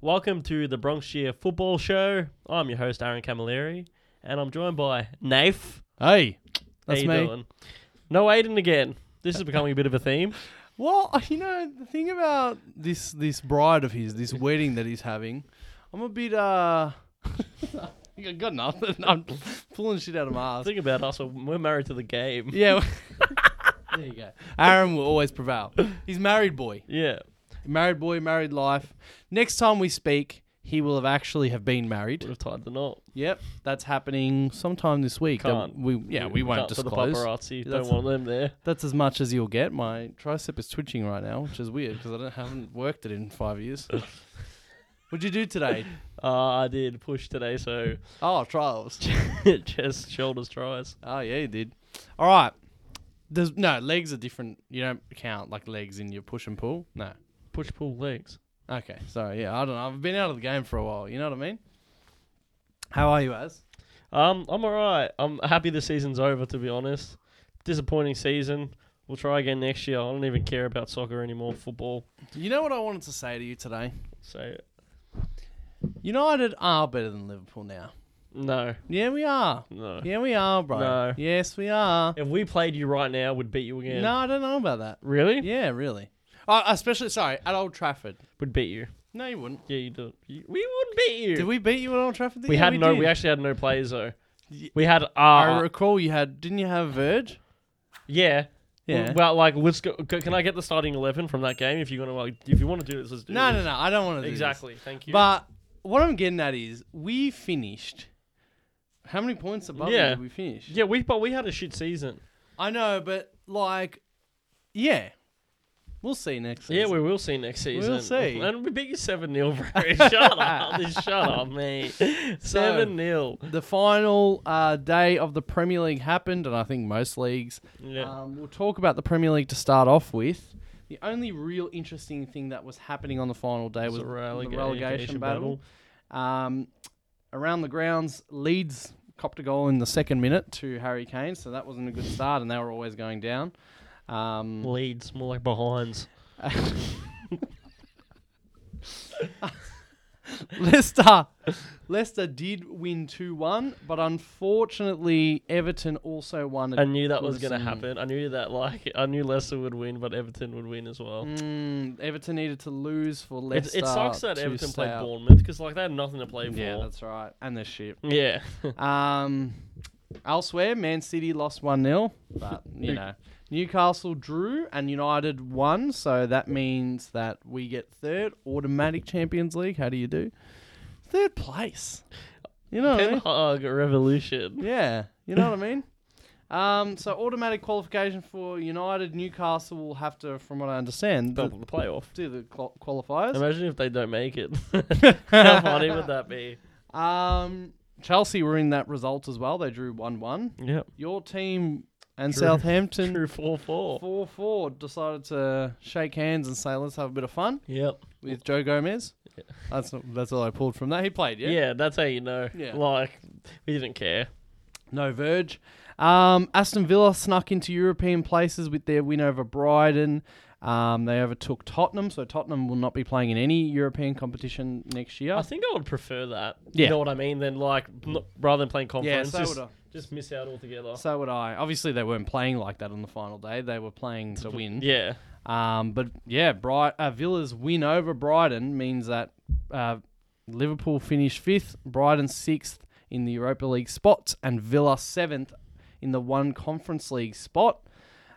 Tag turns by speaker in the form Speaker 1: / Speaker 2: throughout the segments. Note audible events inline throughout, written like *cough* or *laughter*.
Speaker 1: Welcome to the Bronx Cheer Football Show. I'm your host, Aaron Camilleri, and I'm joined by Naif.
Speaker 2: Hey,
Speaker 1: How
Speaker 2: that's
Speaker 1: you
Speaker 2: me.
Speaker 1: doing? No Aiden again. This is becoming a bit of a theme.
Speaker 2: Well, uh, you know the thing about this this bride of his, *laughs* this wedding that he's having, I'm a bit *laughs* uh. I got nothing. *laughs* I'm pulling shit out of my ass.
Speaker 1: Think about us, we're married to the game.
Speaker 2: *laughs* Yeah. *laughs* there you go. Aaron will always prevail. He's married boy.
Speaker 1: Yeah.
Speaker 2: Married boy, married life. Next time we speak, he will have actually have been married.
Speaker 1: We've tied the knot.
Speaker 2: Yep, that's happening sometime this week.
Speaker 1: Can't.
Speaker 2: We yeah, we, won't
Speaker 1: can't For the
Speaker 2: disclose.
Speaker 1: paparazzi.
Speaker 2: That's-
Speaker 1: Don't want them there.
Speaker 2: That's as much as you'll get. My tricep is twitching right now, which is weird because I don't, haven't worked it in five *laughs* years. What'd you do today?
Speaker 1: Uh, I did push today, so *laughs*
Speaker 2: Oh, trials.
Speaker 1: just shoulders tries.
Speaker 2: Oh yeah, you did. All right. There's no legs are different. You don't count like legs in your push and pull. No.
Speaker 1: Push pull legs.
Speaker 2: Okay. Sorry. Yeah, I don't know. I've been out of the game for a while. You know what I mean? How are you, Az?
Speaker 1: Um, I'm alright. I'm happy the season's over. To be honest, disappointing season. We'll try again next year. I don't even care about soccer anymore. Football.
Speaker 2: You know what I wanted to say to you today?
Speaker 1: So
Speaker 2: United are better than Liverpool now.
Speaker 1: no,
Speaker 2: Yeah, we are.
Speaker 1: no.
Speaker 2: Yeah, we are, bro.
Speaker 1: No.
Speaker 2: Yes, we are.
Speaker 1: If we played you right now, we'd beat you again.
Speaker 2: No, I don't know about that. *laughs*
Speaker 1: Really?
Speaker 2: Yeah, really. Oh, especially sorry at Old Trafford.
Speaker 1: We'd beat you.
Speaker 2: No, you wouldn't.
Speaker 1: Yeah, you do. You- We would beat you.
Speaker 2: Did we beat you at Old Trafford?
Speaker 1: We
Speaker 2: Yeah,
Speaker 1: had no.
Speaker 2: did.
Speaker 1: We actually had no players though.
Speaker 2: Y-
Speaker 1: We had
Speaker 2: I
Speaker 1: uh
Speaker 2: recall you had. Didn't you have Verge?
Speaker 1: yeah.
Speaker 2: Yeah.
Speaker 1: Well, like, let's go. c- Can I get the starting eleven from that game? If you're gonna, like, if you want to do this, let's do
Speaker 2: No,
Speaker 1: this.
Speaker 2: no, no. I don't want to.
Speaker 1: Exactly. Thank you.
Speaker 2: But what I'm getting at is we finished. How many points above
Speaker 1: Yeah.
Speaker 2: yeah. did we finish?
Speaker 1: yeah, we but we had a shit season.
Speaker 2: I know, but like, yeah, we'll see next.
Speaker 1: Yeah,
Speaker 2: season.
Speaker 1: we will see next season.
Speaker 2: see.
Speaker 1: And we beat you 7 0,
Speaker 2: *laughs*
Speaker 1: bro. Shut up. Shut up, mate. 7 0.
Speaker 2: the final uh, day of the Premier League happened, and I think most leagues.
Speaker 1: Yeah.
Speaker 2: Um, we'll talk about the Premier League to start off with. The only real interesting thing that was happening on the final day
Speaker 1: It's
Speaker 2: was
Speaker 1: a relega-
Speaker 2: the relegation battle. Um, around the grounds, Leeds copped a goal in the second minute to Harry Kane, so that wasn't a good start, and they were always going down. Um,
Speaker 1: Leads, more like behinds.
Speaker 2: *laughs* Leicester, Leicester did win two one, but unfortunately Everton also won.
Speaker 1: I
Speaker 2: A,
Speaker 1: knew that was going to
Speaker 2: Awesome.
Speaker 1: happen. I knew that, like, I knew Leicester would win, but Everton would win as well.
Speaker 2: Mm, Everton needed to lose for
Speaker 1: It,
Speaker 2: Leicester.
Speaker 1: it sucks that
Speaker 2: to
Speaker 1: Everton
Speaker 2: stay
Speaker 1: played
Speaker 2: up.
Speaker 1: Bournemouth because, like, they had nothing to play for.
Speaker 2: Yeah, that's right, and they're shit.
Speaker 1: yeah.
Speaker 2: Um, elsewhere, Man City lost 1 0, but you know, Newcastle drew and United won, so that means that we get third automatic Champions League. How do you do? Third place. You know what I
Speaker 1: *laughs* Ten
Speaker 2: mean?
Speaker 1: Hag *laughs* revolution.
Speaker 2: Yeah, you know what I mean? Um, so automatic qualification for United, Newcastle will have to, from what I understand,
Speaker 1: The,
Speaker 2: the,
Speaker 1: the playoff.
Speaker 2: do the qual- qualifiers.
Speaker 1: Imagine if they don't make
Speaker 2: *laughs*
Speaker 1: it. How funny would that be?
Speaker 2: Um, Chelsea were in that result as well. They drew one one.
Speaker 1: Yeah.
Speaker 2: Your team and
Speaker 1: Drew-
Speaker 2: Southampton
Speaker 1: True 4 4.
Speaker 2: Four four decided to shake hands and say, "Let's have a bit of fun
Speaker 1: Yep.
Speaker 2: with Joe Gomez." That's not, that's all I pulled from that. He played, yeah.
Speaker 1: Yeah. that's how you know.
Speaker 2: Yeah.
Speaker 1: Like, we didn't care.
Speaker 2: No verge. Um, Aston Villa snuck into European places with their win over Brighton. Um, they overtook Tottenham, so Tottenham will not be playing in any European competition next year.
Speaker 1: I think I would prefer that. You
Speaker 2: Yeah.
Speaker 1: know what I mean? Then, like, n- rather than playing
Speaker 2: yeah,
Speaker 1: conference,
Speaker 2: so
Speaker 1: just,
Speaker 2: would I.
Speaker 1: just miss out altogether.
Speaker 2: So would I. Obviously, they weren't playing like that on the final day. They were playing to
Speaker 1: *laughs*
Speaker 2: win.
Speaker 1: Yeah.
Speaker 2: Um, but yeah, Bright, uh, Villa's win over Brighton means that uh, Liverpool finished fifth, Brighton sixth in the Europa League spots, and Villa seventh in the one Conference League spot.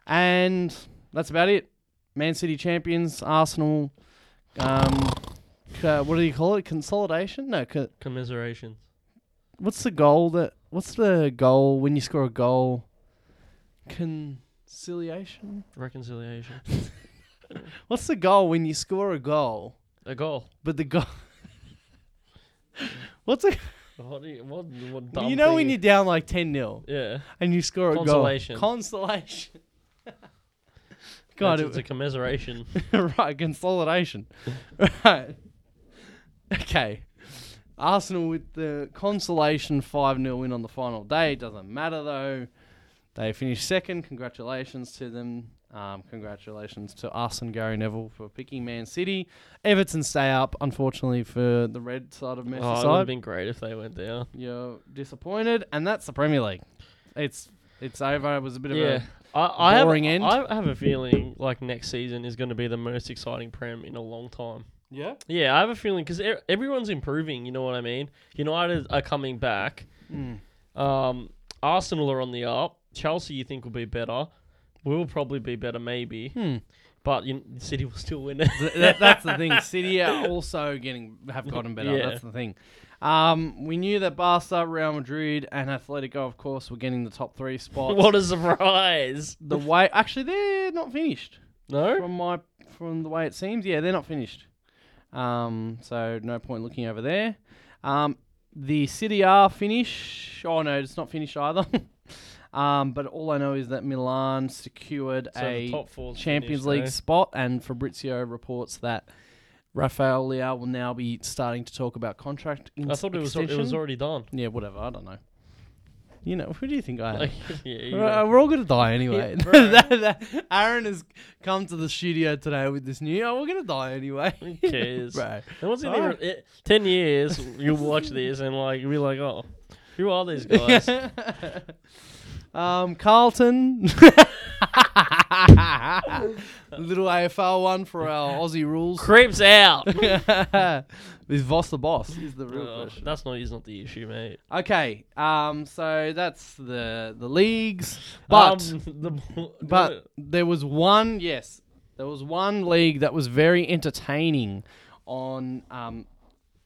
Speaker 2: And that's about it. Man City champions, Arsenal. Um, uh, what do you call it? Consolidation? No. Co-
Speaker 1: Commiserations.
Speaker 2: what's the goal that? What's the goal when you score a goal? Conciliation.
Speaker 1: Reconciliation.
Speaker 2: What's the goal when you score a goal?
Speaker 1: A goal.
Speaker 2: But the goal. *laughs* What's a
Speaker 1: What do you, what, what dumb
Speaker 2: you know
Speaker 1: thing
Speaker 2: when you're
Speaker 1: is-
Speaker 2: down like ten 0
Speaker 1: Yeah.
Speaker 2: and you score a
Speaker 1: Consolation.
Speaker 2: goal? Consolation. *laughs* God,
Speaker 1: It's, it's a
Speaker 2: it, *laughs*
Speaker 1: commiseration.
Speaker 2: right, consolidation. right. Okay. Arsenal with the consolation five 0 win on the final day. Doesn't matter though. They finished second. Congratulations to them. Um, congratulations to us and Gary Neville for picking Man City. Everton stay up, unfortunately, for the red side of
Speaker 1: Oh,
Speaker 2: Merseyside.
Speaker 1: it would have been great if they went down.
Speaker 2: You're disappointed, and that's the Premier League. It's it's over. It was a bit of
Speaker 1: Yeah.
Speaker 2: a
Speaker 1: I, I, have,
Speaker 2: boring end.
Speaker 1: I have a feeling like next season is going to be the most exciting Prem in a long time.
Speaker 2: yeah.
Speaker 1: Yeah, I have a feeling because everyone's improving. You know what I mean? United are coming back.
Speaker 2: Hmm.
Speaker 1: Um, Arsenal are on the up. Chelsea, you think will be better? We will probably be better, maybe.
Speaker 2: Hmm.
Speaker 1: But you, City will still win it. *laughs*
Speaker 2: Th- that, that's the thing. City are also getting have gotten better.
Speaker 1: Yeah.
Speaker 2: That's the thing. Um, we knew that Barca, Real Madrid, and Atletico, of course, were getting the top three spots.
Speaker 1: what a surprise!
Speaker 2: The way actually they're not finished
Speaker 1: No,
Speaker 2: from my from the way it seems. Yeah, they're not finished. Um, so no point looking over there. Um, the City are finish. Oh no, it's not finished either. *laughs* um, but all I know is that Milan secured
Speaker 1: so
Speaker 2: a
Speaker 1: the top four
Speaker 2: Champions
Speaker 1: eh?
Speaker 2: League spot, and Fabrizio reports that Rafael Leao will now be starting to talk about contract in-
Speaker 1: I thought it was
Speaker 2: extension.
Speaker 1: it was already done.
Speaker 2: yeah, whatever. I don't know. You know, who do you think I am?
Speaker 1: Like, *laughs* *laughs* yeah, you
Speaker 2: We're-
Speaker 1: know.
Speaker 2: We're all gonna die anyway. *laughs*
Speaker 1: Yeah, bro.
Speaker 2: That- that- Aaron has come to the studio today with this new. Oh, we're gonna die anyway. *laughs*
Speaker 1: Who cares?
Speaker 2: Bro,
Speaker 1: No one's gonna
Speaker 2: Alright.
Speaker 1: even- it- ten years. You'll watch this and like you'll be like, oh, who are
Speaker 2: *laughs*
Speaker 1: these guys?
Speaker 2: um, Carlton. *laughs* Little AFL one for our Aussie rules.
Speaker 1: Creeps out.
Speaker 2: *laughs* Is Voss the boss? Is
Speaker 1: *laughs*
Speaker 2: the real
Speaker 1: Oh,
Speaker 2: question.
Speaker 1: that's not. He's not the issue, mate.
Speaker 2: Okay, um, so that's the the leagues, but
Speaker 1: Um, *laughs* the,
Speaker 2: *laughs* but there was one yes, there was one league that was very entertaining on um,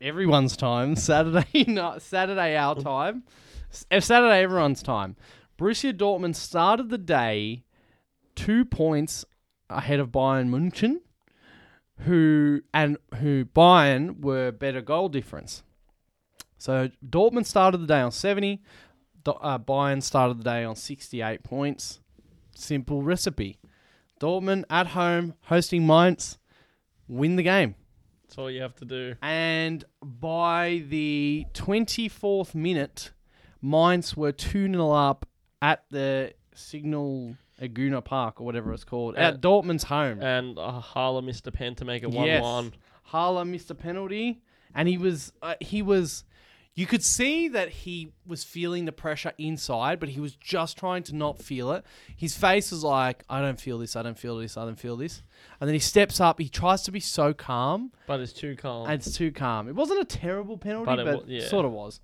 Speaker 2: everyone's time *laughs* Saturday night, Saturday our time, S- uh, Saturday everyone's time. Borussia Dortmund started the day two points ahead of Bayern München, who and who Bayern were better goal difference. So Dortmund started the day on 70. Do- uh, Bayern started the day on 68 points. Simple recipe. Dortmund at home hosting Mainz, win the game.
Speaker 1: that's all you have to do.
Speaker 2: And by the 24th minute, Mainz were 2 0 up at the Signal Aguna Park or whatever it's called,
Speaker 1: Uh,
Speaker 2: at Dortmund's home.
Speaker 1: And uh, Harla missed a pen to make it one one.
Speaker 2: Harla missed a penalty, and he was uh, he was. You could see that he was feeling the pressure inside, but he was just trying to not feel it. His face was like, "I don't feel this. I don't feel this. I don't feel this." And then he steps up. He tries to be so calm,
Speaker 1: But it's too calm.
Speaker 2: and it's too calm. It wasn't a terrible penalty,
Speaker 1: But
Speaker 2: but,
Speaker 1: it wa- yeah.
Speaker 2: sort of was.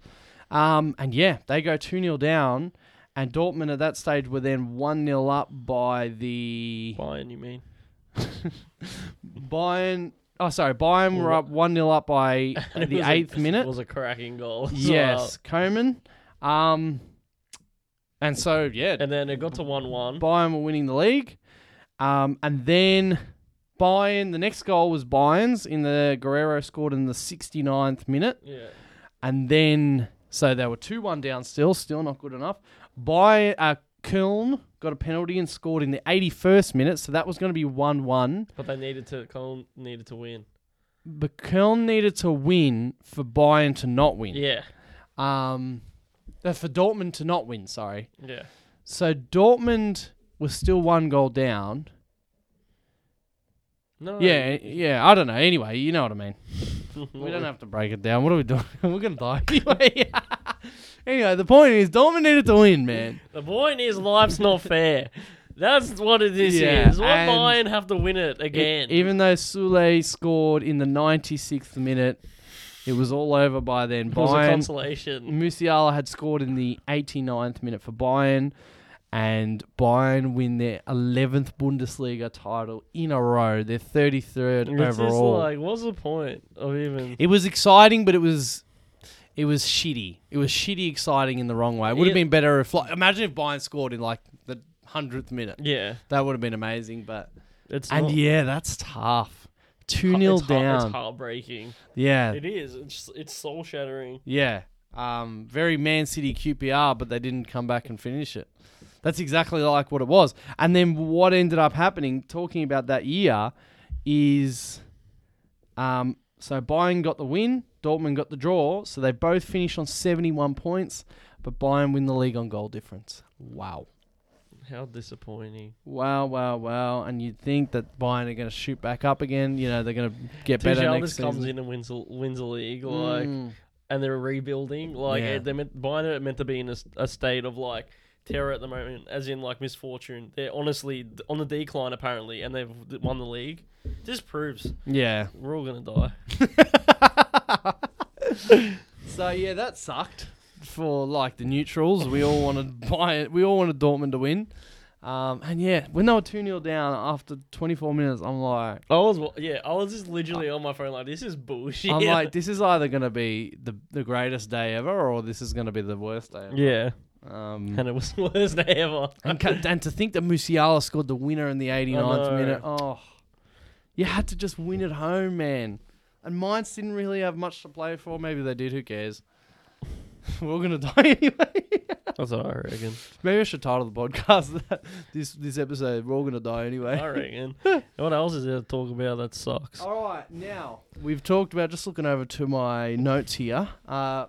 Speaker 2: Um, and yeah, they go 2 0 down, and Dortmund at that stage were then 1 0 up by the.
Speaker 1: Bayern, you mean?
Speaker 2: Bayern. Oh, sorry. Bayern were up 1 0
Speaker 1: *laughs*
Speaker 2: up by
Speaker 1: It
Speaker 2: the
Speaker 1: was a-
Speaker 2: eighth minute.
Speaker 1: was a cracking goal. as well.
Speaker 2: Yes, Komen. Um, and so, yeah,
Speaker 1: And then it got to one one.
Speaker 2: Bayern were winning the league. Um, and then Bayern, the next goal was Bayern's in the Guerrero scored in the 69th minute.
Speaker 1: Yeah.
Speaker 2: And then, so they were 2 1 down still, still not good enough. By uh, Köln got a penalty and scored in the 81st minute. So that was going to be 1 1.
Speaker 1: But they needed to. Colin needed to win.
Speaker 2: But Köln needed to win for Bayern to not win.
Speaker 1: Yeah.
Speaker 2: Um, uh, for Dortmund to not win, sorry.
Speaker 1: Yeah.
Speaker 2: So Dortmund was still one goal down.
Speaker 1: No.
Speaker 2: Yeah, yeah. I don't know. Anyway, you know what I mean. We
Speaker 1: *laughs* we
Speaker 2: don't have to break it down. What are we doing? *laughs* We're
Speaker 1: *laughs*
Speaker 2: gonna die anyway. *laughs* anyway, the point is Dortmund needed to win, man.
Speaker 1: The point is, life's
Speaker 2: *laughs*
Speaker 1: not fair. That's what it is.
Speaker 2: Yeah,
Speaker 1: is. Why
Speaker 2: and-
Speaker 1: Bayern have to win it again?
Speaker 2: E- even though Sule scored in the 96th minute, it was all over by then.
Speaker 1: it was a
Speaker 2: Bayern
Speaker 1: consolation.
Speaker 2: Musiala had scored in the 89th minute for Bayern, and Bayern win their 11th Bundesliga title in a row, their 33rd
Speaker 1: It's just
Speaker 2: overall.
Speaker 1: like, what's the point of even?
Speaker 2: it was exciting, but it was it was shitty. It was shitty exciting in the wrong way. It would have
Speaker 1: Yeah.
Speaker 2: been better if, like, imagine if Bayern scored in like the 100th minute.
Speaker 1: Yeah,
Speaker 2: That would have been amazing, but
Speaker 1: it's
Speaker 2: and
Speaker 1: not,
Speaker 2: yeah, that's tough. Two
Speaker 1: it's
Speaker 2: 0
Speaker 1: heart-
Speaker 2: down. Uh,
Speaker 1: It's heartbreaking.
Speaker 2: yeah,
Speaker 1: It is. It's it's soul shattering.
Speaker 2: Yeah. Um, very Man City QPR, but they didn't come back and finish it. That's exactly like what it was. And then what ended up happening, talking about that year, is um, so Bayern got the win, Dortmund got the draw, so they both finished on 71 points, but Bayern win the league on goal difference. Wow.
Speaker 1: How disappointing.
Speaker 2: Wow, wow, wow. And you'd think that Bayern are going to shoot back up again. You know, they're going to get better
Speaker 1: Tuchel just
Speaker 2: next season. Hmm. Mm.
Speaker 1: comes in and wins, the- wins the league, like, and they're rebuilding. Like,
Speaker 2: Yeah.
Speaker 1: they're meant, Bayern are meant to be in a, s- a state of like terror at the moment, as in like misfortune. They're honestly d- on the decline apparently, and they've d- won the league. This proves
Speaker 2: Yeah.
Speaker 1: we're all gonna die.
Speaker 2: so yeah, that sucked for like the neutrals. We all wanted *laughs* Bayern, we all wanted Dortmund to win. Um, and yeah, when they were 2 0 down after 24 minutes, I'm like,
Speaker 1: I was wa- yeah, I was just literally on my phone like, this is bullshit.
Speaker 2: I'm like, this is either going to be the, the greatest day ever or this is going to be the worst day
Speaker 1: *laughs*
Speaker 2: ever.
Speaker 1: yeah,
Speaker 2: Um,
Speaker 1: and it was *laughs* worse than ever.
Speaker 2: and, ca- and to think that Musiala scored the winner in the 89th
Speaker 1: know.
Speaker 2: minute. Oh, you had to just win at home, man. And Mainz didn't really have much to play for. Maybe they did. Who cares? *laughs* We're all gonna *laughs* die anyway.
Speaker 1: That's what I reckon.
Speaker 2: Maybe I should title the podcast *laughs* that this this episode. We're all gonna die anyway.
Speaker 1: I reckon. what else is there to talk about that sucks?
Speaker 2: All right, now we've talked about just looking over to my notes here. Uh,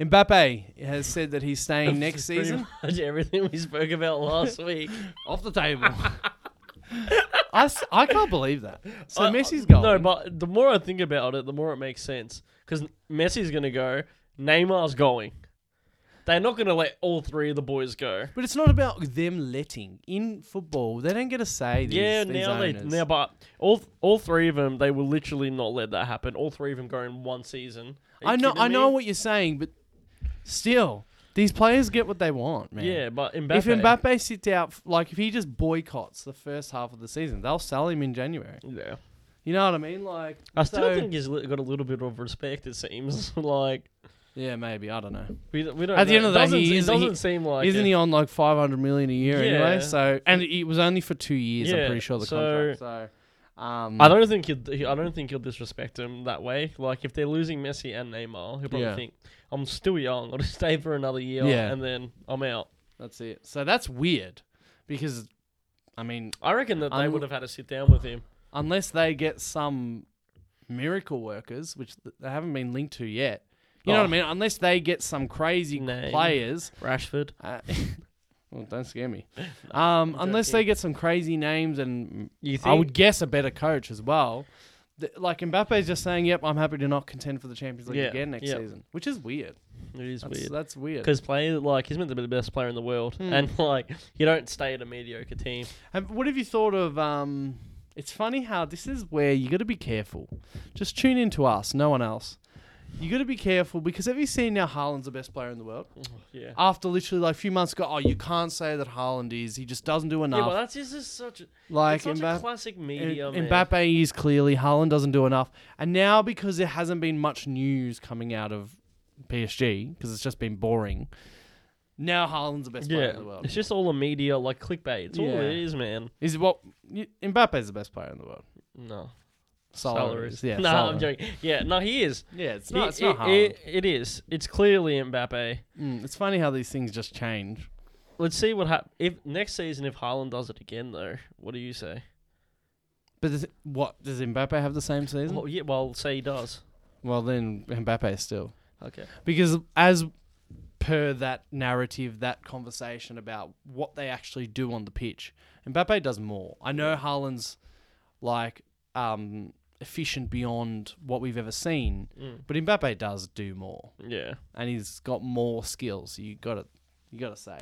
Speaker 2: Mbappe has said that
Speaker 1: *laughs*
Speaker 2: he's staying next
Speaker 1: Pretty
Speaker 2: season.
Speaker 1: much everything we spoke about last week.
Speaker 2: off the table. *laughs* I, s- I can't believe that. So
Speaker 1: I- I-
Speaker 2: Messi's gone.
Speaker 1: Uh, No, but the more I think about it, the more it makes sense. Because Messi's going to go, Neymar's going. They're not going to let all three of the boys go.
Speaker 2: but it's not about them letting in football. They don't get a say. These,
Speaker 1: yeah,
Speaker 2: these
Speaker 1: now
Speaker 2: owners.
Speaker 1: they now, but all all three of them, they will literally not let that happen. All three of them go in one season. Are you
Speaker 2: I know.
Speaker 1: kidding
Speaker 2: I know
Speaker 1: me?
Speaker 2: what you're saying, but still, these players get what they want, man.
Speaker 1: Yeah, but Mbappe.
Speaker 2: If Mbappe sits out, f- like if he just boycotts the first half of the season, they'll sell him in January.
Speaker 1: yeah,
Speaker 2: You know what I mean? Like,
Speaker 1: I still
Speaker 2: so-
Speaker 1: think he's li- got a little bit of respect. It seems *laughs* like
Speaker 2: yeah, maybe I don't know.
Speaker 1: we, we don't.
Speaker 2: At the
Speaker 1: know.
Speaker 2: end of the
Speaker 1: It
Speaker 2: day,
Speaker 1: doesn't-
Speaker 2: he
Speaker 1: it
Speaker 2: is-
Speaker 1: doesn't
Speaker 2: he-
Speaker 1: seem like
Speaker 2: Isn't
Speaker 1: it.
Speaker 2: he on like 500 million a year
Speaker 1: Yeah.
Speaker 2: anyway? So, and it was only for two years.
Speaker 1: Yeah,
Speaker 2: I'm pretty sure the
Speaker 1: so-
Speaker 2: contract. So, um,
Speaker 1: I don't think he'll, he- I don't think he'll disrespect him that way. Like if they're losing Messi and Neymar, he'll probably
Speaker 2: Yeah.
Speaker 1: think I'm still young. I'll just stay for another year
Speaker 2: Yeah.
Speaker 1: and then I'm out.
Speaker 2: That's it. So that's weird because, I mean,
Speaker 1: I reckon that they
Speaker 2: I'm-
Speaker 1: would have had a sit down with him.
Speaker 2: unless they get some miracle workers, which th- they haven't been linked to yet. You know
Speaker 1: Oh.
Speaker 2: what I mean? Unless they get some crazy
Speaker 1: Name.
Speaker 2: players.
Speaker 1: Rashford.
Speaker 2: Uh, *laughs* well, don't
Speaker 1: *laughs*
Speaker 2: scare me. Um, unless they
Speaker 1: joking.
Speaker 2: get some crazy names and
Speaker 1: You
Speaker 2: I would guess a better coach as well. Th- Like Mbappe's just saying, "Yep, I'm happy to not contend for the Champions League
Speaker 1: Yeah,
Speaker 2: again next
Speaker 1: yeah.
Speaker 2: season," which is weird.
Speaker 1: It is
Speaker 2: That's
Speaker 1: weird.
Speaker 2: that's weird.
Speaker 1: Because player like he's meant to be the best player in the world,
Speaker 2: Hmm.
Speaker 1: and like you don't stay at a mediocre
Speaker 2: *sighs*
Speaker 1: team.
Speaker 2: And what have you thought of? Um, it's funny how this is where you got to be careful. Just tune in to us, no one else. You got to be careful because have you seen now Haaland's the best player in the world?
Speaker 1: Yeah.
Speaker 2: After literally like a few months ago, oh, you can't say that Haaland is. He just doesn't do
Speaker 1: yeah,
Speaker 2: enough.
Speaker 1: but that's just it's such a, it's
Speaker 2: like
Speaker 1: such a
Speaker 2: Mbappe,
Speaker 1: classic media. man.
Speaker 2: Mbappe is clearly Haaland doesn't do enough. And now because there hasn't been much news coming out of PSG because it's just been boring. Now Haaland's the best player
Speaker 1: Yeah,
Speaker 2: in the world.
Speaker 1: it's just all a media like clickbait. It's all
Speaker 2: Yeah.
Speaker 1: it is, man.
Speaker 2: Is what Mbappe's the best player in the world.
Speaker 1: No
Speaker 2: Salaries.
Speaker 1: *laughs*
Speaker 2: Yeah.
Speaker 1: no,
Speaker 2: Salah.
Speaker 1: I'm joking. Yeah, no, he is.
Speaker 2: Yeah, it's
Speaker 1: It-
Speaker 2: not. It's not hard.
Speaker 1: it, it, it is. It's clearly Mbappe.
Speaker 2: mm, it's funny how these things just change.
Speaker 1: Let's see what happens. If next season, if Haaland does it again, though, what do you say?
Speaker 2: But does it- what does Mbappe have the same season?
Speaker 1: Well, yeah, well, say he does.
Speaker 2: Well, then Mbappe still
Speaker 1: Okay.
Speaker 2: because as per that narrative, that conversation about what they actually do on the pitch, Mbappe does more. I know Haaland's like um, efficient beyond what we've ever seen,
Speaker 1: Mm.
Speaker 2: but Mbappe does do more.
Speaker 1: Yeah.
Speaker 2: and he's got more skills. You got to You got to say.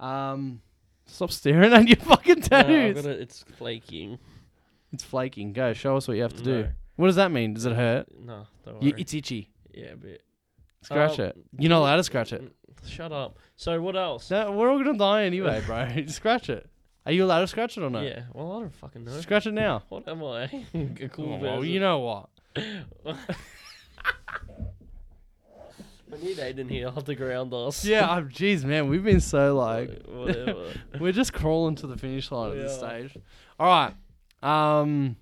Speaker 2: Um, stop staring *laughs* at your fucking
Speaker 1: No, I've
Speaker 2: tattoos.
Speaker 1: gotta- it's flaking.
Speaker 2: It's flaking. Go show us what you have to do.
Speaker 1: No.
Speaker 2: What does that mean? Does it hurt?
Speaker 1: No, don't worry.
Speaker 2: You, it's itchy.
Speaker 1: yeah, but
Speaker 2: Scratch
Speaker 1: Um,
Speaker 2: it. You're not allowed to scratch it.
Speaker 1: shut up. So what else?
Speaker 2: No, we're all gonna die anyway, bro. *laughs* Just scratch it. Are you allowed to scratch it or not?
Speaker 1: Yeah. Well, I don't fucking know.
Speaker 2: Scratch it now.
Speaker 1: What am I? *laughs* A cool
Speaker 2: Oh, well, you
Speaker 1: person.
Speaker 2: know what?
Speaker 1: I need Aiden here off the ground us.
Speaker 2: Yeah, I'm. Jeez, man, we've been so like.
Speaker 1: *laughs*
Speaker 2: *laughs*
Speaker 1: Whatever.
Speaker 2: We're just crawling to the finish line at this
Speaker 1: We are.
Speaker 2: stage. All right. Um,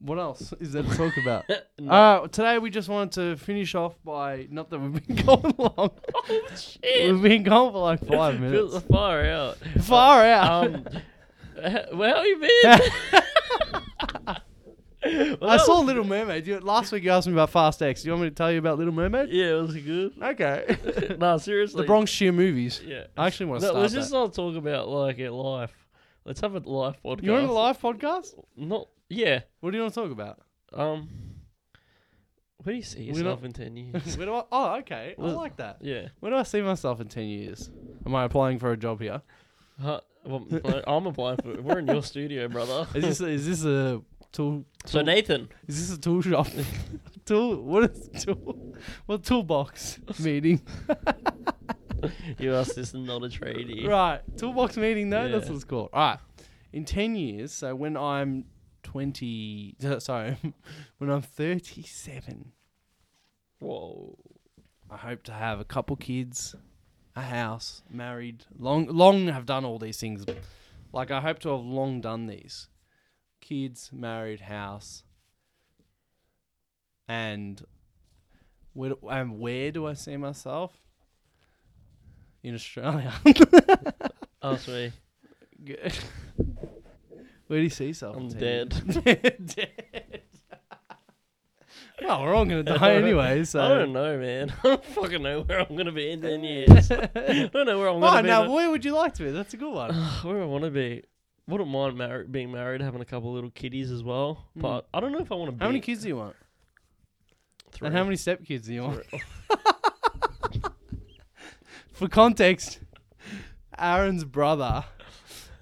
Speaker 2: what else is there to talk
Speaker 1: *laughs*
Speaker 2: about?
Speaker 1: No.
Speaker 2: Uh, today we just wanted to finish off by not that we've been *laughs* going long.
Speaker 1: oh shit!
Speaker 2: we've been going for like
Speaker 1: *laughs*
Speaker 2: five
Speaker 1: Feel the
Speaker 2: minutes.
Speaker 1: fire out. *laughs*
Speaker 2: Far out. *laughs*
Speaker 1: *laughs* Um, where have you been?
Speaker 2: I saw Little Mermaid. You, last week you asked me about Fast X. Do you want me to tell you about Little Mermaid?
Speaker 1: Yeah, it was good. *laughs*
Speaker 2: *laughs* Okay.
Speaker 1: nah, seriously.
Speaker 2: the Bronx Shear movies.
Speaker 1: Yeah.
Speaker 2: I actually want to
Speaker 1: No,
Speaker 2: start
Speaker 1: let's
Speaker 2: that.
Speaker 1: just not talk about like it life. Let's have a life podcast.
Speaker 2: you want a live podcast?
Speaker 1: Not yeah.
Speaker 2: What do you want to talk about?
Speaker 1: Um. Where do you see
Speaker 2: We're
Speaker 1: yourself in
Speaker 2: *laughs*
Speaker 1: ten years?
Speaker 2: *laughs* Where do I, oh, okay. I
Speaker 1: Well-
Speaker 2: like that.
Speaker 1: yeah.
Speaker 2: Where do I see myself in 10 years? Am I applying for a job here?
Speaker 1: Huh? Well,
Speaker 2: *laughs*
Speaker 1: I'm applying for. We're in your studio, brother.
Speaker 2: Is this, is this a tool?
Speaker 1: So
Speaker 2: tool-
Speaker 1: Nathan,
Speaker 2: Is this a tool shop? *laughs* tool? What is tool? What toolbox meeting?
Speaker 1: you asked this and not a tradie.
Speaker 2: *laughs* Right. Toolbox meeting, though? That's
Speaker 1: Yeah.
Speaker 2: what it's called. All right. In 10 years, so when I'm 20, *laughs* sorry, when I'm 37,
Speaker 1: Whoa.
Speaker 2: I hope to have a couple kids, a house, married, long, long have done all these things. Like, I hope to have long done these kids, married, house, and where, do- and where do I see myself? In Australia. *laughs*
Speaker 1: Ask me.
Speaker 2: Good. Where do you see yourself?
Speaker 1: I'm
Speaker 2: in 10
Speaker 1: dead.
Speaker 2: years? *laughs* dead. well, we're all
Speaker 1: *laughs*
Speaker 2: gonna die anyway, so.
Speaker 1: I don't know, man. *laughs* I don't fucking know where I'm gonna be in ten
Speaker 2: *laughs*
Speaker 1: years. I don't know where I'm gonna
Speaker 2: Oh,
Speaker 1: be.
Speaker 2: now
Speaker 1: in-
Speaker 2: where would you like to be? That's a good one.
Speaker 1: *sighs* where I want to be. Wouldn't mind mar- being married, having a couple little kiddies as well.
Speaker 2: Mm.
Speaker 1: But I don't know if I want to be.
Speaker 2: How many kids do you want?
Speaker 1: Three.
Speaker 2: And how many stepkids do you want? *laughs* For context, Aaron's brother,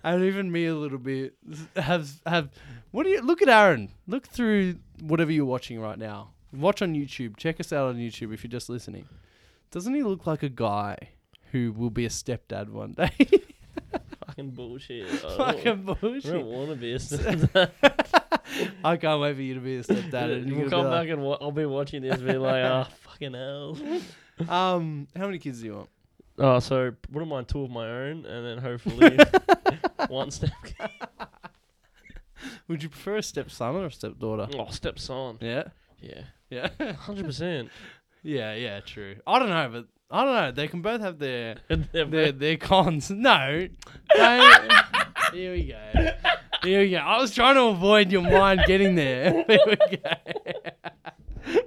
Speaker 2: and even me a little bit, have have. What do you look at Aaron? Look through whatever you're watching right now. Watch on YouTube. Check us out on YouTube if you're just listening. Doesn't he look like a guy who will be a stepdad one day? *laughs*
Speaker 1: Fucking bullshit. I don't-
Speaker 2: Fucking
Speaker 1: I don't
Speaker 2: bullshit.
Speaker 1: want to
Speaker 2: *laughs*
Speaker 1: be a stepdad.
Speaker 2: I can't wait for you to be a stepdad. And
Speaker 1: *laughs*
Speaker 2: you're
Speaker 1: we'll
Speaker 2: gonna
Speaker 1: come
Speaker 2: be
Speaker 1: back and wa- I'll be watching this and be like,
Speaker 2: *laughs*
Speaker 1: ah, fucking hell.
Speaker 2: like, um, how many kids do you want?
Speaker 1: Oh, so wouldn't mind two of my own, and then
Speaker 2: *laughs*
Speaker 1: hopefully one step. *laughs*
Speaker 2: Would you prefer a stepson or a stepdaughter?
Speaker 1: Oh, stepson.
Speaker 2: Yeah.
Speaker 1: Yeah,
Speaker 2: Yeah. *laughs*
Speaker 1: hundred percent.
Speaker 2: yeah, yeah, true. I don't know, but I don't know. They can both have their their
Speaker 1: *laughs* They're
Speaker 2: their cons. No. Don't- *laughs* Here we go. Here we go. I was trying to avoid your mind getting there. *laughs* Here we go. *laughs*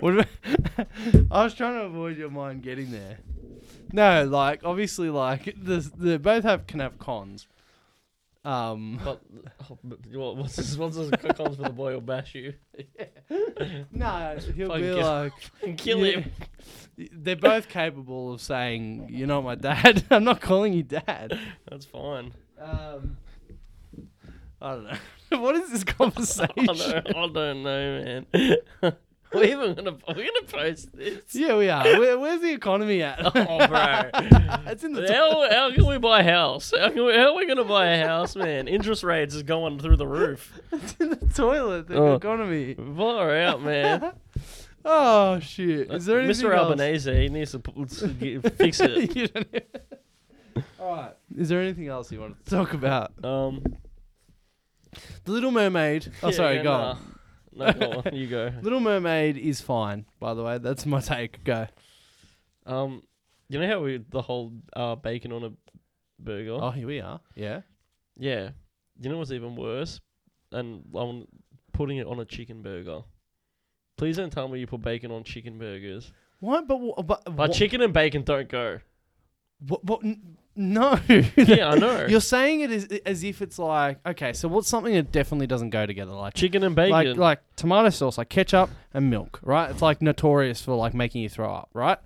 Speaker 2: What about- *laughs* I was trying to avoid your mind getting there. No, like obviously, like the they both have can have cons. Um,
Speaker 1: But, oh, but what- what's this? What's
Speaker 2: *laughs*
Speaker 1: this? Comes for the boy will bash you.
Speaker 2: no, he'll
Speaker 1: Fucking
Speaker 2: be
Speaker 1: kill-
Speaker 2: like,
Speaker 1: Kill
Speaker 2: Yeah.
Speaker 1: him.
Speaker 2: *laughs* They're both capable of saying, "You're not my dad. *laughs* I'm not calling you dad."
Speaker 1: That's
Speaker 2: *laughs*
Speaker 1: fine.
Speaker 2: Um, I don't know. *laughs* what is this conversation?
Speaker 1: *laughs* I don't, *laughs* I don't know, man. *laughs* We're even gonna we're gonna post this.
Speaker 2: yeah, we are. Where, where's the economy at?
Speaker 1: Oh, bro.
Speaker 2: *laughs* it's in the.
Speaker 1: How,
Speaker 2: top.
Speaker 1: how can we buy a house? How, can we, how are we going to buy a
Speaker 2: *laughs*
Speaker 1: house, man? Interest rates is going through the roof.
Speaker 2: it's in the toilet. The
Speaker 1: Oh.
Speaker 2: economy.
Speaker 1: Far out, man.
Speaker 2: Oh shit! *laughs* Is there anything
Speaker 1: Mr.
Speaker 2: else?
Speaker 1: Albanese, he needs to p- to get- fix it.
Speaker 2: *laughs* You don't even- All right. Is there anything else you want to talk about?
Speaker 1: Um,
Speaker 2: The Little Mermaid. Oh,
Speaker 1: yeah,
Speaker 2: sorry.
Speaker 1: yeah,
Speaker 2: go
Speaker 1: nah.
Speaker 2: on.
Speaker 1: No, go
Speaker 2: *laughs*
Speaker 1: on. You go.
Speaker 2: Little Mermaid is fine. By the way, that's my take. Go.
Speaker 1: Um, you know how we the whole uh, bacon on a burger?
Speaker 2: Oh, here we are. Yeah.
Speaker 1: Yeah. You know what's even worse? And I'm putting it on a chicken burger. Please don't tell me you put bacon on chicken burgers.
Speaker 2: What? But wha- but
Speaker 1: But
Speaker 2: wha-
Speaker 1: chicken and bacon don't go.
Speaker 2: wha- what- n- no.
Speaker 1: *laughs* Yeah, I know.
Speaker 2: *laughs* You're saying it as, as if it's like okay. So what's something that definitely doesn't go together? Like
Speaker 1: Chicken and bacon.
Speaker 2: like like tomato sauce, like ketchup and milk, right? It's like notorious for like making you throw up, right?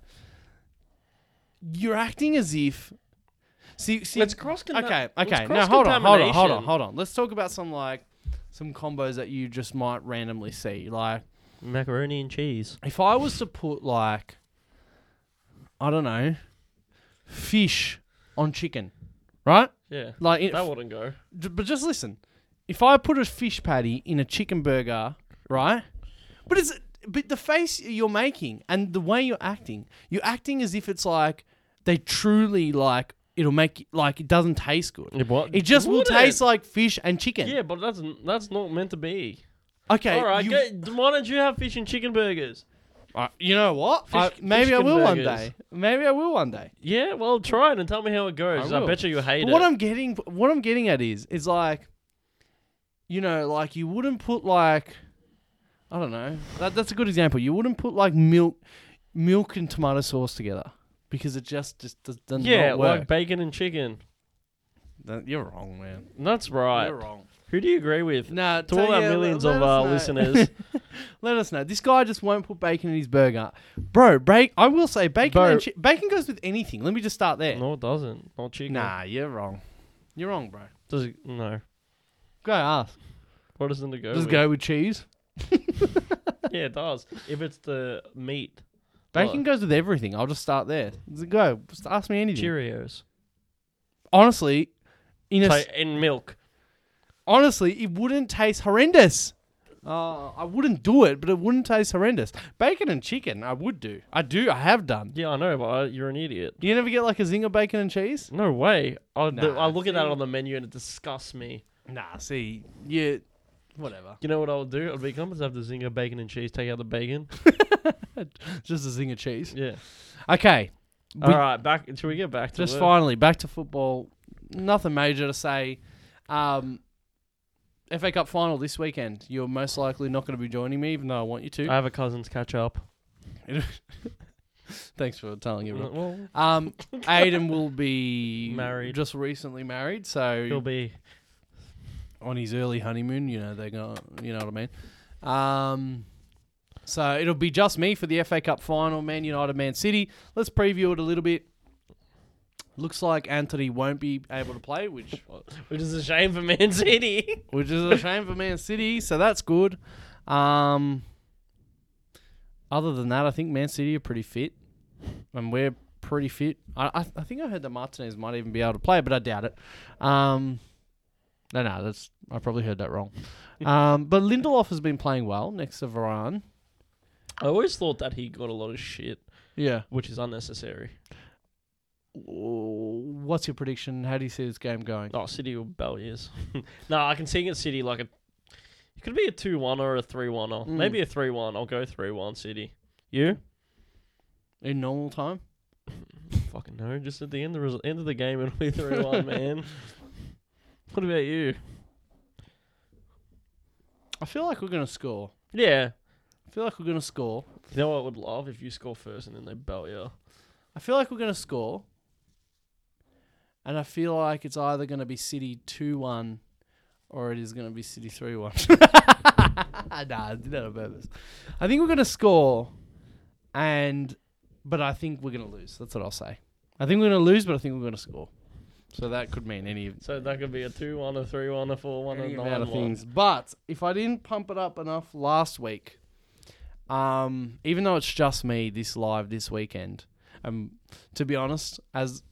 Speaker 2: You're acting as if. See, see,
Speaker 1: it's cross
Speaker 2: okay,
Speaker 1: it's
Speaker 2: okay. Now hold on, hold on, hold on,
Speaker 1: cross-contamination.
Speaker 2: hold on. Let's talk about some like some combos that you just might randomly see, like.
Speaker 1: Macaroni and cheese.
Speaker 2: if I was to put like, I don't know, fish on chicken, right?
Speaker 1: Yeah.
Speaker 2: Like, it,
Speaker 1: That wouldn't go.
Speaker 2: j- but just listen, if I put a fish patty in a chicken burger, right? But is it? But the face you're making and the way you're acting, you're acting as if it's like they truly like it'll make like it doesn't taste good.
Speaker 1: what?
Speaker 2: It just will taste like fish and chicken.
Speaker 1: Yeah, but that's that's not meant to be.
Speaker 2: Okay.
Speaker 1: All right,
Speaker 2: you-
Speaker 1: go, why don't you have fish and chicken burgers?
Speaker 2: uh, you know what? I,
Speaker 1: Fish-
Speaker 2: maybe
Speaker 1: fish
Speaker 2: I will one
Speaker 1: burgers.
Speaker 2: day. Maybe I will one day.
Speaker 1: Yeah, well, try it and tell me how it goes. I,
Speaker 2: will.
Speaker 1: bet you you hate
Speaker 2: But
Speaker 1: it.
Speaker 2: what I'm getting, what I'm getting at is, is like, you know, like you wouldn't put like I don't know. That, that's a good example. You wouldn't put like milk, milk and tomato sauce together because it just just does, does
Speaker 1: yeah,
Speaker 2: not work.
Speaker 1: like bacon and chicken.
Speaker 2: That- you're wrong, man.
Speaker 1: That's right.
Speaker 2: You're wrong.
Speaker 1: Who do you agree with?
Speaker 2: Nah,
Speaker 1: To
Speaker 2: so
Speaker 1: all our
Speaker 2: yeah, le-
Speaker 1: millions
Speaker 2: let
Speaker 1: of
Speaker 2: us
Speaker 1: uh,
Speaker 2: know.
Speaker 1: listeners,
Speaker 2: *laughs* let us know. This guy just won't put bacon in his burger, bro. Break. I will say bacon.
Speaker 1: Bro.
Speaker 2: And chi- bacon goes with anything. Let me just start there.
Speaker 1: no, it doesn't. Not chicken.
Speaker 2: Nah, you're wrong. You're wrong, bro.
Speaker 1: Does it, no.
Speaker 2: Go ask.
Speaker 1: What doesn't it go?
Speaker 2: Just
Speaker 1: with?
Speaker 2: go with cheese.
Speaker 1: *laughs* Yeah, it does. If it's the meat,
Speaker 2: Bacon goes with everything. I'll just start there. Just Go. Just ask me anything.
Speaker 1: Cheerios,
Speaker 2: Honestly, in a
Speaker 1: Ta-
Speaker 2: s-
Speaker 1: and milk.
Speaker 2: honestly, it wouldn't taste horrendous. Uh, I wouldn't do it, but it wouldn't taste horrendous. Bacon and chicken, I would do. I do. I have done.
Speaker 1: Yeah, I know, but I, you're an idiot.
Speaker 2: Do you never get like a zinger bacon and cheese?
Speaker 1: No way. I, the-
Speaker 2: Nah,
Speaker 1: I look at that
Speaker 2: see?
Speaker 1: on the menu and it disgusts me.
Speaker 2: Nah. See, yeah, whatever. *laughs*
Speaker 1: You know what I would do? I'd be comfortable to have the zinger bacon and cheese. Take out the bacon.
Speaker 2: *laughs* Just a zinger cheese.
Speaker 1: Yeah.
Speaker 2: Okay. We-
Speaker 1: All right. Back. Should we get back to
Speaker 2: Just
Speaker 1: work?
Speaker 2: finally back to football. Nothing major to say. Um, FA Cup final this weekend. You're most likely not going to be joining me, even though I want you to.
Speaker 1: I have a cousin's catch up.
Speaker 2: Thanks for telling
Speaker 1: uh,
Speaker 2: everyone.
Speaker 1: Well,
Speaker 2: Um, Aiden will be
Speaker 1: Married.
Speaker 2: just recently married,
Speaker 1: he'll
Speaker 2: so
Speaker 1: be.
Speaker 2: on his early honeymoon. You know they're going. You know what I mean. Um, so it'll be just me for the FA Cup final. Man United, Man City. Let's preview it a little bit. Looks like Anthony won't be able to play, which uh,
Speaker 1: Which is a shame for Man *laughs*
Speaker 2: *laughs*
Speaker 1: City.
Speaker 2: which is a shame for Man City. So that's good. Um, other than that, I think Man City are pretty fit, and we're pretty fit. I I, I think I heard that Martinez might even be able to play, but I doubt it. Um, no, no, that's I probably heard that wrong. Um, but Lindelof has been playing well next to Varane.
Speaker 1: I always thought that he got a lot of shit,
Speaker 2: Yeah.
Speaker 1: which is unnecessary.
Speaker 2: What's your prediction? How do you see this game going?
Speaker 1: Oh, City will bell *laughs* yes. no, I can see against City like a. It could be a 2 1 or a 3 1 or
Speaker 2: Mm.
Speaker 1: maybe a 3 1. I'll go 3 1 City.
Speaker 2: *laughs*
Speaker 1: You?
Speaker 2: In normal time?
Speaker 1: Fucking no. Just at the end of the, res- end of the game, it'll be 3
Speaker 2: *laughs*
Speaker 1: 1, man. What about you?
Speaker 2: I feel like we're gonna score.
Speaker 1: Yeah.
Speaker 2: I feel like we're gonna score.
Speaker 1: You know what I would love if you score first and then they belt you.
Speaker 2: I feel like we're going to score. And I feel like it's either going to be City 2 1 or it is going to be City 3 1. *laughs* nah, I did that on purpose. I think we're going to score. And, but I think we're going to lose. That's what I'll say. I think we're going to lose, but I think we're going to score. So that could mean any,
Speaker 1: So that could be a 2 1, a 3 1, a 4 1, a
Speaker 2: any
Speaker 1: 9
Speaker 2: amount
Speaker 1: 1.
Speaker 2: of things. But if I didn't pump it up enough last week, um, even though it's just me this live this weekend, um, to be honest, as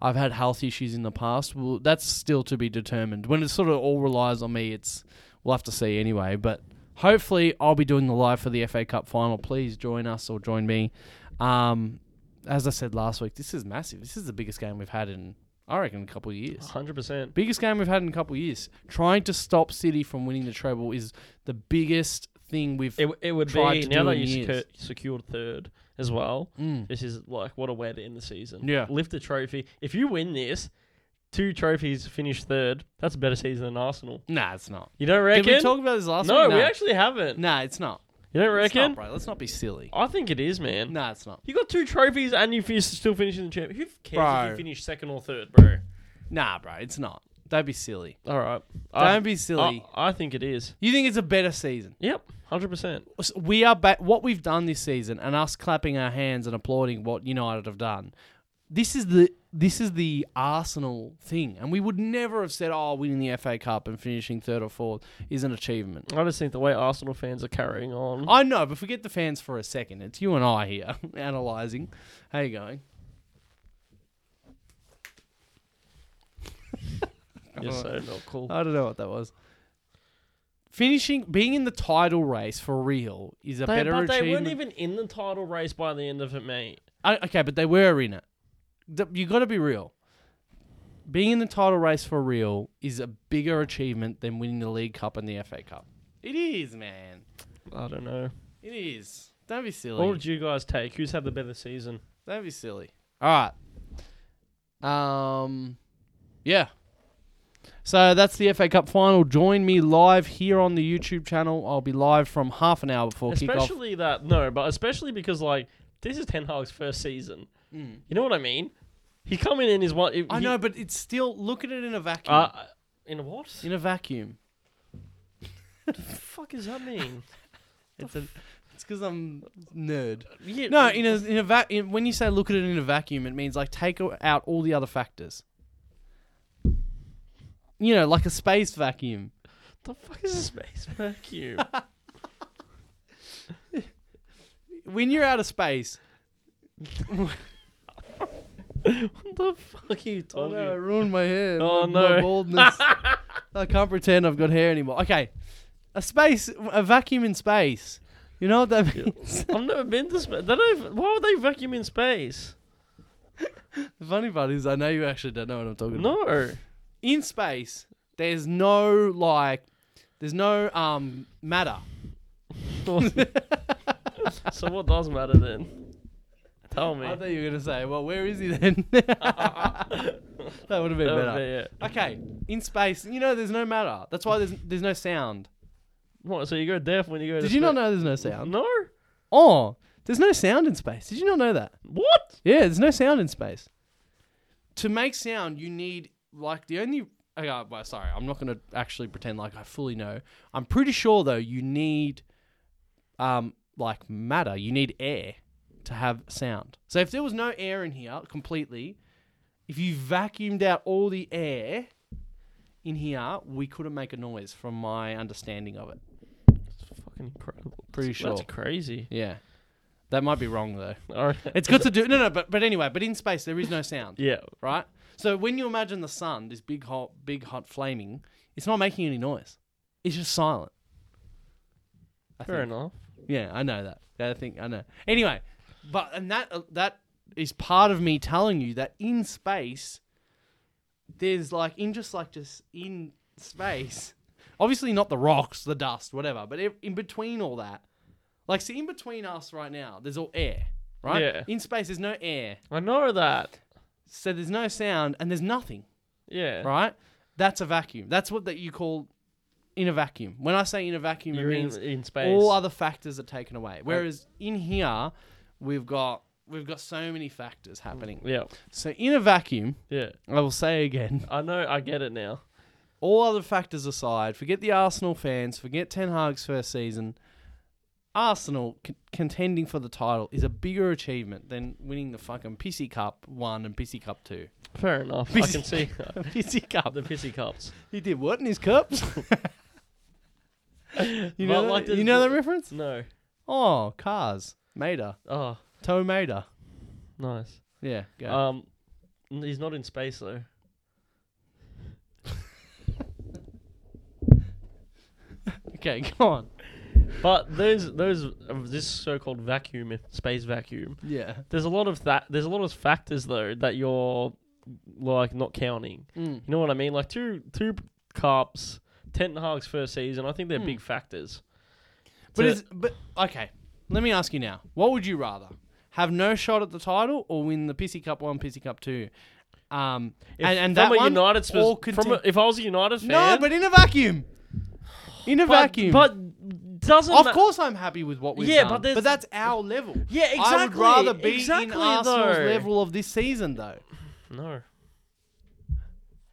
Speaker 2: I've had health issues in the past, well, that's still to be determined. When it sort of all relies on me, it's we'll have to see anyway. But hopefully, I'll be doing the live for the FA Cup final. Please join us or join me. Um, as I said last week, this is massive. This is the biggest game we've had in, I reckon, a couple of years.
Speaker 1: 100%.
Speaker 2: Biggest game we've had in a couple of years. Trying to stop City from winning the treble is the biggest thing we've.
Speaker 1: It, it would
Speaker 2: Tried
Speaker 1: be,
Speaker 2: to
Speaker 1: now
Speaker 2: do
Speaker 1: that
Speaker 2: in
Speaker 1: you
Speaker 2: years.
Speaker 1: secure, secured third as well,
Speaker 2: Mm.
Speaker 1: This is like what a way to end the season.
Speaker 2: Yeah.
Speaker 1: Lift the trophy. If you win this, two trophies, finish third, that's a better season than Arsenal.
Speaker 2: Nah, it's not.
Speaker 1: You don't reckon?
Speaker 2: Did we talk about this last
Speaker 1: no,
Speaker 2: week?
Speaker 1: we actually haven't.
Speaker 2: Nah, it's not.
Speaker 1: You don't
Speaker 2: It's
Speaker 1: reckon? Um.
Speaker 2: not, bro. Let's not be silly.
Speaker 1: I think it is, man.
Speaker 2: Nah, it's not.
Speaker 1: You got two trophies and you finish, still finishing the champion. Who cares if
Speaker 2: Bro.
Speaker 1: you finish second or third, bro?
Speaker 2: Nah, bro. It's not. Don't be silly.
Speaker 1: All right.
Speaker 2: Don't be silly.
Speaker 1: I, I think it is.
Speaker 2: You think it's a better season?
Speaker 1: Yep, hundred percent.
Speaker 2: S- We are ba- what we've done this season, and us clapping our hands and applauding what United have done. This is the this is the Arsenal thing, and we would never have said, "Oh, winning the FA Cup and finishing third or fourth is an achievement."
Speaker 1: I just think the way Arsenal fans are carrying on.
Speaker 2: I know, but forget the fans for a second. It's you and I here *laughs* analysing. How you going?
Speaker 1: You're so not cool.
Speaker 2: I don't know what that was. Finishing, being in the title race for real is a
Speaker 1: They-
Speaker 2: better
Speaker 1: but they
Speaker 2: achievement.
Speaker 1: weren't even in the title race by the end of it, mate.
Speaker 2: I, okay, but they were in it. Th- You got to be real. Being in the title race for real is a bigger achievement than winning the League Cup and the FA Cup. It is, man.
Speaker 1: I don't know.
Speaker 2: It is. Don't be silly.
Speaker 1: What would you guys take? Who's had the better season?
Speaker 2: That'd be silly. All right. Um, yeah. So that's the FA Cup final. Join me live here on the YouTube channel. I'll be live from half an hour before kickoff.
Speaker 1: especially that no, but especially because like this is Ten Hag's first season. You know what I mean? He come in and his one.
Speaker 2: Mm. I
Speaker 1: he-
Speaker 2: know, but it's still look at it in a vacuum.
Speaker 1: Uh, in a what?
Speaker 2: in a vacuum.
Speaker 1: the fuck does that
Speaker 2: *laughs*
Speaker 1: mean?
Speaker 2: It's a. It's because I'm nerd.
Speaker 1: Yeah,
Speaker 2: No, in a in a vac. in- When you say look at it in a vacuum, it means like take o- out all the other factors. You know, like a space vacuum.
Speaker 1: the fuck is a space vacuum? *laughs*
Speaker 2: When you're out of space,
Speaker 1: what the fuck are you
Speaker 2: Oh
Speaker 1: talking?
Speaker 2: no, I ruined my hair.
Speaker 1: Oh,
Speaker 2: my, My
Speaker 1: no. *laughs*
Speaker 2: baldness. I can't pretend I've got hair anymore. Okay. A space, a vacuum in space. You know what that means? *laughs*
Speaker 1: I've never been to space. They don't. even- Why would they vacuum in space?
Speaker 2: the funny part is, I know you actually don't know what I'm talking about.
Speaker 1: No.
Speaker 2: In space, there's no, like, there's no um matter.
Speaker 1: so what does matter then? Tell me.
Speaker 2: *laughs*
Speaker 1: *laughs*
Speaker 2: I thought you were going to say, well, where is he then? *laughs* that would have been
Speaker 1: That would
Speaker 2: better.
Speaker 1: be it.
Speaker 2: Okay. In space, you know, there's no matter. That's why there's there's no sound.
Speaker 1: What? So you go deaf when you go. to
Speaker 2: Did you not
Speaker 1: spa-
Speaker 2: know there's *laughs* no sound?
Speaker 1: No.
Speaker 2: Oh, there's no sound in space. Did you not know that?
Speaker 1: What?
Speaker 2: Yeah, there's no sound in space. To make sound, you need like the only. Okay, uh, well, sorry, I'm not going to actually pretend like I fully know. I'm pretty sure though, you need, um, like matter. You need air to have sound. So if there was no air in here completely, if you vacuumed out all the air in here, we couldn't make a noise. From my understanding of it,
Speaker 1: It's fucking incredible.
Speaker 2: Pretty
Speaker 1: That's- That's
Speaker 2: sure.
Speaker 1: crazy.
Speaker 2: yeah, that might be wrong though.
Speaker 1: All right. *laughs*
Speaker 2: It's good to do. No, no, but but anyway, but in space there is no sound.
Speaker 1: yeah.
Speaker 2: right? So when you imagine the sun, this big hot, big hot flaming, it's not making any noise. It's just silent. I
Speaker 1: Fair
Speaker 2: think.
Speaker 1: enough.
Speaker 2: Yeah, I know that. Yeah, I think I know. Anyway, but and that uh, that is part of me telling you that in space, there's like in just like just in space, obviously not the rocks, the dust, whatever, but ev- in between all that, like see in between us right now, there's all air, right?
Speaker 1: Yeah.
Speaker 2: In space, there's no air,
Speaker 1: I know that.
Speaker 2: so there's no sound and there's nothing
Speaker 1: Yeah.
Speaker 2: right? That's a vacuum. That's what that you call in a vacuum. When I say in a vacuum,
Speaker 1: You're
Speaker 2: it
Speaker 1: in,
Speaker 2: means
Speaker 1: in space.
Speaker 2: all other factors are taken away. Whereas in here, we've got we've got so many factors
Speaker 1: Mm.
Speaker 2: happening.
Speaker 1: yeah.
Speaker 2: So in a vacuum,
Speaker 1: Yeah.
Speaker 2: I will say again, *laughs*
Speaker 1: I know. I get it now.
Speaker 2: all other factors aside, forget the Arsenal fans, forget Ten Hag's first season. Arsenal con- contending for the title is a bigger achievement than winning the fucking Pissy Cup 1 and Pissy Cup 2.
Speaker 1: Fair enough. I can
Speaker 2: *laughs*
Speaker 1: see *laughs*
Speaker 2: Pissy Cup.
Speaker 1: the *laughs* pissy cups.
Speaker 2: He did what in
Speaker 1: *laughs*
Speaker 2: his cups? you know,
Speaker 1: But
Speaker 2: that,
Speaker 1: like
Speaker 2: you
Speaker 1: this-
Speaker 2: know that reference?
Speaker 1: No.
Speaker 2: Oh, cars. Mater.
Speaker 1: Oh,
Speaker 2: Toe Mater.
Speaker 1: nice.
Speaker 2: Yeah. Go.
Speaker 1: Um, n- he's not in space though.
Speaker 2: okay,
Speaker 1: *laughs*
Speaker 2: go on.
Speaker 1: But there's there's uh, this so-called vacuum, space vacuum.
Speaker 2: Yeah.
Speaker 1: There's a lot of that. There's a lot of factors though that you're like not counting. You know what I mean? Like two two cups, Ten Hag's first season. I think they're big factors.
Speaker 2: Hmm. But
Speaker 1: To-
Speaker 2: is, but okay. Let me ask you now. What would you rather? Have no shot at the title or win the Pissy Cup 1, Pissy Cup 2? Um,
Speaker 1: if,
Speaker 2: and, and
Speaker 1: from
Speaker 2: that
Speaker 1: a
Speaker 2: one,
Speaker 1: United spec-
Speaker 2: or
Speaker 1: from a,
Speaker 2: contin-
Speaker 1: if I was a United fan,
Speaker 2: No, but in a vacuum. In a
Speaker 1: but-
Speaker 2: vacuum.
Speaker 1: but doesn't
Speaker 2: Of
Speaker 1: ma-
Speaker 2: course, I'm happy with what we've
Speaker 1: Yeah,
Speaker 2: done,
Speaker 1: but there's-
Speaker 2: but that's our level.
Speaker 1: Yeah,
Speaker 2: I would
Speaker 1: exactly,
Speaker 2: rather be in
Speaker 1: exactly,
Speaker 2: Arsenal's
Speaker 1: though.
Speaker 2: level of this season, though.
Speaker 1: No,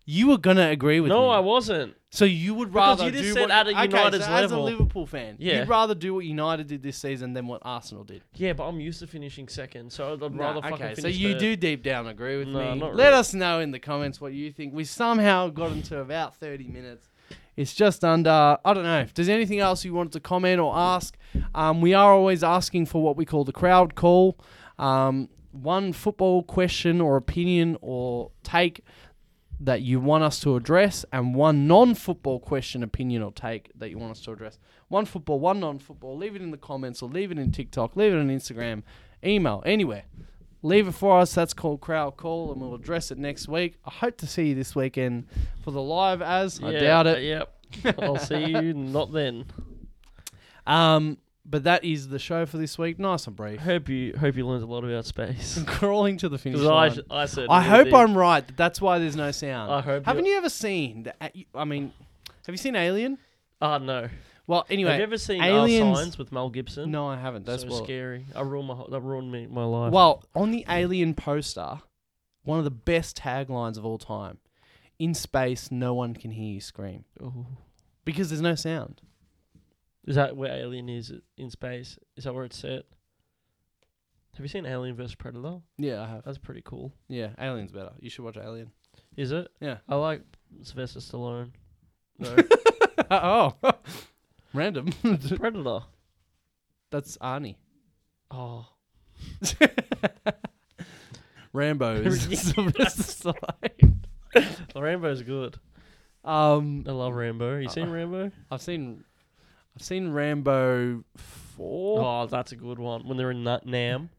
Speaker 2: You were gonna agree with me.
Speaker 1: no, I wasn't.
Speaker 2: So you would
Speaker 1: Because
Speaker 2: rather
Speaker 1: you just
Speaker 2: do
Speaker 1: said
Speaker 2: what
Speaker 1: at a
Speaker 2: okay,
Speaker 1: United's
Speaker 2: so
Speaker 1: level.
Speaker 2: as a Liverpool fan,
Speaker 1: Yeah.
Speaker 2: you'd rather do what United did this season than what Arsenal did.
Speaker 1: Yeah, but I'm used to finishing second, so I'd rather
Speaker 2: Nah,
Speaker 1: fucking
Speaker 2: okay,
Speaker 1: finish
Speaker 2: so you
Speaker 1: third.
Speaker 2: do deep down agree with
Speaker 1: No,
Speaker 2: me.
Speaker 1: not
Speaker 2: Let
Speaker 1: really.
Speaker 2: us know in the comments what you think. We somehow got into about thirty minutes. It's just under. I don't know. If there's anything else you wanted to comment or ask, um, we are always asking for what we call the crowd call. Um, one football question or opinion or take that you want us to address, and one non-football question, opinion, or take that you want us to address. One football, one non-football. Leave it in the comments, or leave it in TikTok, leave it on Instagram, email, anywhere. Leave it for us. That's called crowd call, and we'll address it next week. I hope to see you this weekend for the live. As I
Speaker 1: Yeah,
Speaker 2: *laughs* doubt
Speaker 1: uh,
Speaker 2: it.
Speaker 1: Yep. I'll see you not then.
Speaker 2: Um, But that is the show for this week. Nice
Speaker 1: *laughs*
Speaker 2: and brief. *laughs*
Speaker 1: Hope you hope you learned a lot about space.
Speaker 2: Crawling to the
Speaker 1: *laughs*
Speaker 2: finish
Speaker 1: 'Cause
Speaker 2: line.
Speaker 1: I, I said.
Speaker 2: I hope I'm right. That that's why there's no sound.
Speaker 1: I hope
Speaker 2: Haven't you ever seen? The, a- I mean, have you seen Alien?
Speaker 1: Ah no.
Speaker 2: Well,
Speaker 1: Have
Speaker 2: anyway,
Speaker 1: you ever seen Our
Speaker 2: aliens-
Speaker 1: Signs with Mel Gibson?
Speaker 2: no, I haven't. That's
Speaker 1: so
Speaker 2: what.
Speaker 1: scary. I ruined my that ruined me my life.
Speaker 2: Well, on the Alien poster, one of the best taglines of all time: "In space, no one can hear you scream
Speaker 1: Ooh.
Speaker 2: because there's no sound."
Speaker 1: Is that where Alien is in space? Is that where it's set? Have you seen Alien vs Predator?
Speaker 2: Yeah, I have.
Speaker 1: That's pretty cool.
Speaker 2: Yeah, Alien's better. You should watch Alien.
Speaker 1: Is it?
Speaker 2: Yeah. *laughs*
Speaker 1: I like Sylvester Stallone. No,
Speaker 2: *laughs* oh, random.
Speaker 1: Predator.
Speaker 2: *laughs* That's Arnie.
Speaker 1: Oh,
Speaker 2: Rambo's. *laughs*
Speaker 1: Rambo's good.
Speaker 2: um,
Speaker 1: I love Rambo. You seen
Speaker 2: Uh,
Speaker 1: Rambo?
Speaker 2: I've seen, I've seen Rambo four.
Speaker 1: Oh, that's a good one. When they're in Na- Nam.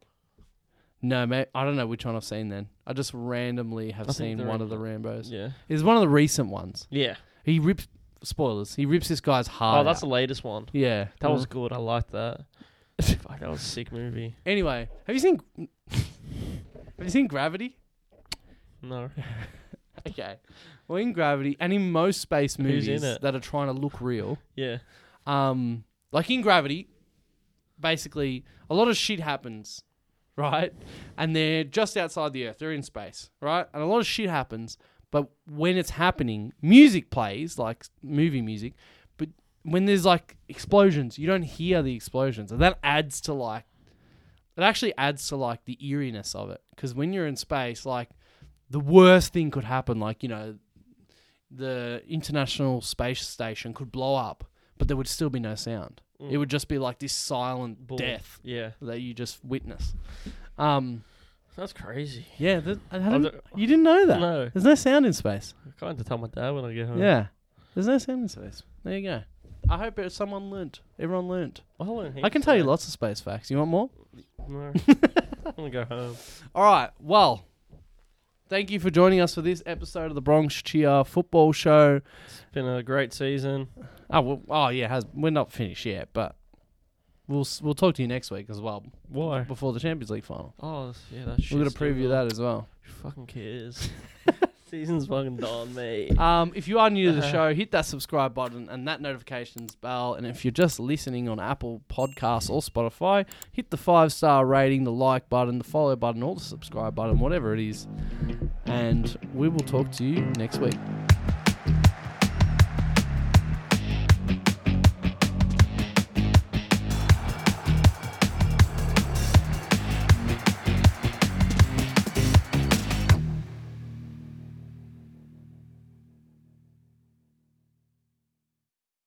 Speaker 2: No, mate, I don't know which one I've seen. Then I just randomly have
Speaker 1: I think
Speaker 2: seen
Speaker 1: they're
Speaker 2: one
Speaker 1: in
Speaker 2: of the Rambo's.
Speaker 1: Yeah.
Speaker 2: It's one of the recent ones.
Speaker 1: Yeah.
Speaker 2: He rips spoilers. He rips this guy's heart.
Speaker 1: Oh, that's Hmm. the
Speaker 2: out.
Speaker 1: latest one.
Speaker 2: yeah.
Speaker 1: That was good. I liked *laughs* that. Fuck, that was a sick movie.
Speaker 2: anyway. Have you seen? *laughs* have you seen Gravity?
Speaker 1: *laughs* No.
Speaker 2: Okay. Well, in Gravity and in most space
Speaker 1: Who's in
Speaker 2: movies
Speaker 1: it?
Speaker 2: that are trying to look real,
Speaker 1: Yeah.
Speaker 2: um, like in Gravity, basically a lot of shit happens, right? And they're just outside the Earth. They're in space, right? And a lot of shit happens, but when it's happening, music plays like movie music, but when there's like explosions, you don't hear the explosions, and that adds to like. It actually adds to like the eeriness of it because when you're in space, like the worst thing could happen, like you know, the International Space Station could blow up, but there would still be no sound. It would just be like this silent
Speaker 1: Bull.
Speaker 2: death
Speaker 1: Mm. Yeah.
Speaker 2: that you just witness. Um,
Speaker 1: That's crazy.
Speaker 2: yeah, th- I
Speaker 1: I
Speaker 2: hadn't-
Speaker 1: don't-
Speaker 2: you didn't know that.
Speaker 1: No.
Speaker 2: There's no sound in space.
Speaker 1: I can't have to tell my dad when I get home.
Speaker 2: Yeah, there's no sound in space. There you go. I hope it, someone learnt. Everyone learnt.
Speaker 1: I'll learn
Speaker 2: I can
Speaker 1: heaps
Speaker 2: tell you
Speaker 1: today.
Speaker 2: lots of space facts. You want more?
Speaker 1: *laughs* No. I'm gonna go home.
Speaker 2: All right. Well, thank you for joining us for this episode of the Bronx Cheer Football Show.
Speaker 1: It's been a great season.
Speaker 2: Oh, well, oh yeah, has we're not finished yet, but we'll s- we'll talk to you next week as well
Speaker 1: Why?
Speaker 2: before the Champions League final.
Speaker 1: Oh, that's- yeah, that's
Speaker 2: We're gonna preview that as well.
Speaker 1: Who fucking cares? *laughs* Season's fucking done, *laughs* mate.
Speaker 2: Um, if you are new to the
Speaker 1: Uh-huh.
Speaker 2: show, hit that subscribe button and that notifications bell. And if you're just listening on Apple Podcasts or Spotify, hit the five star rating, the like button, the follow button, or the subscribe button, whatever it is. And we will talk to you next week.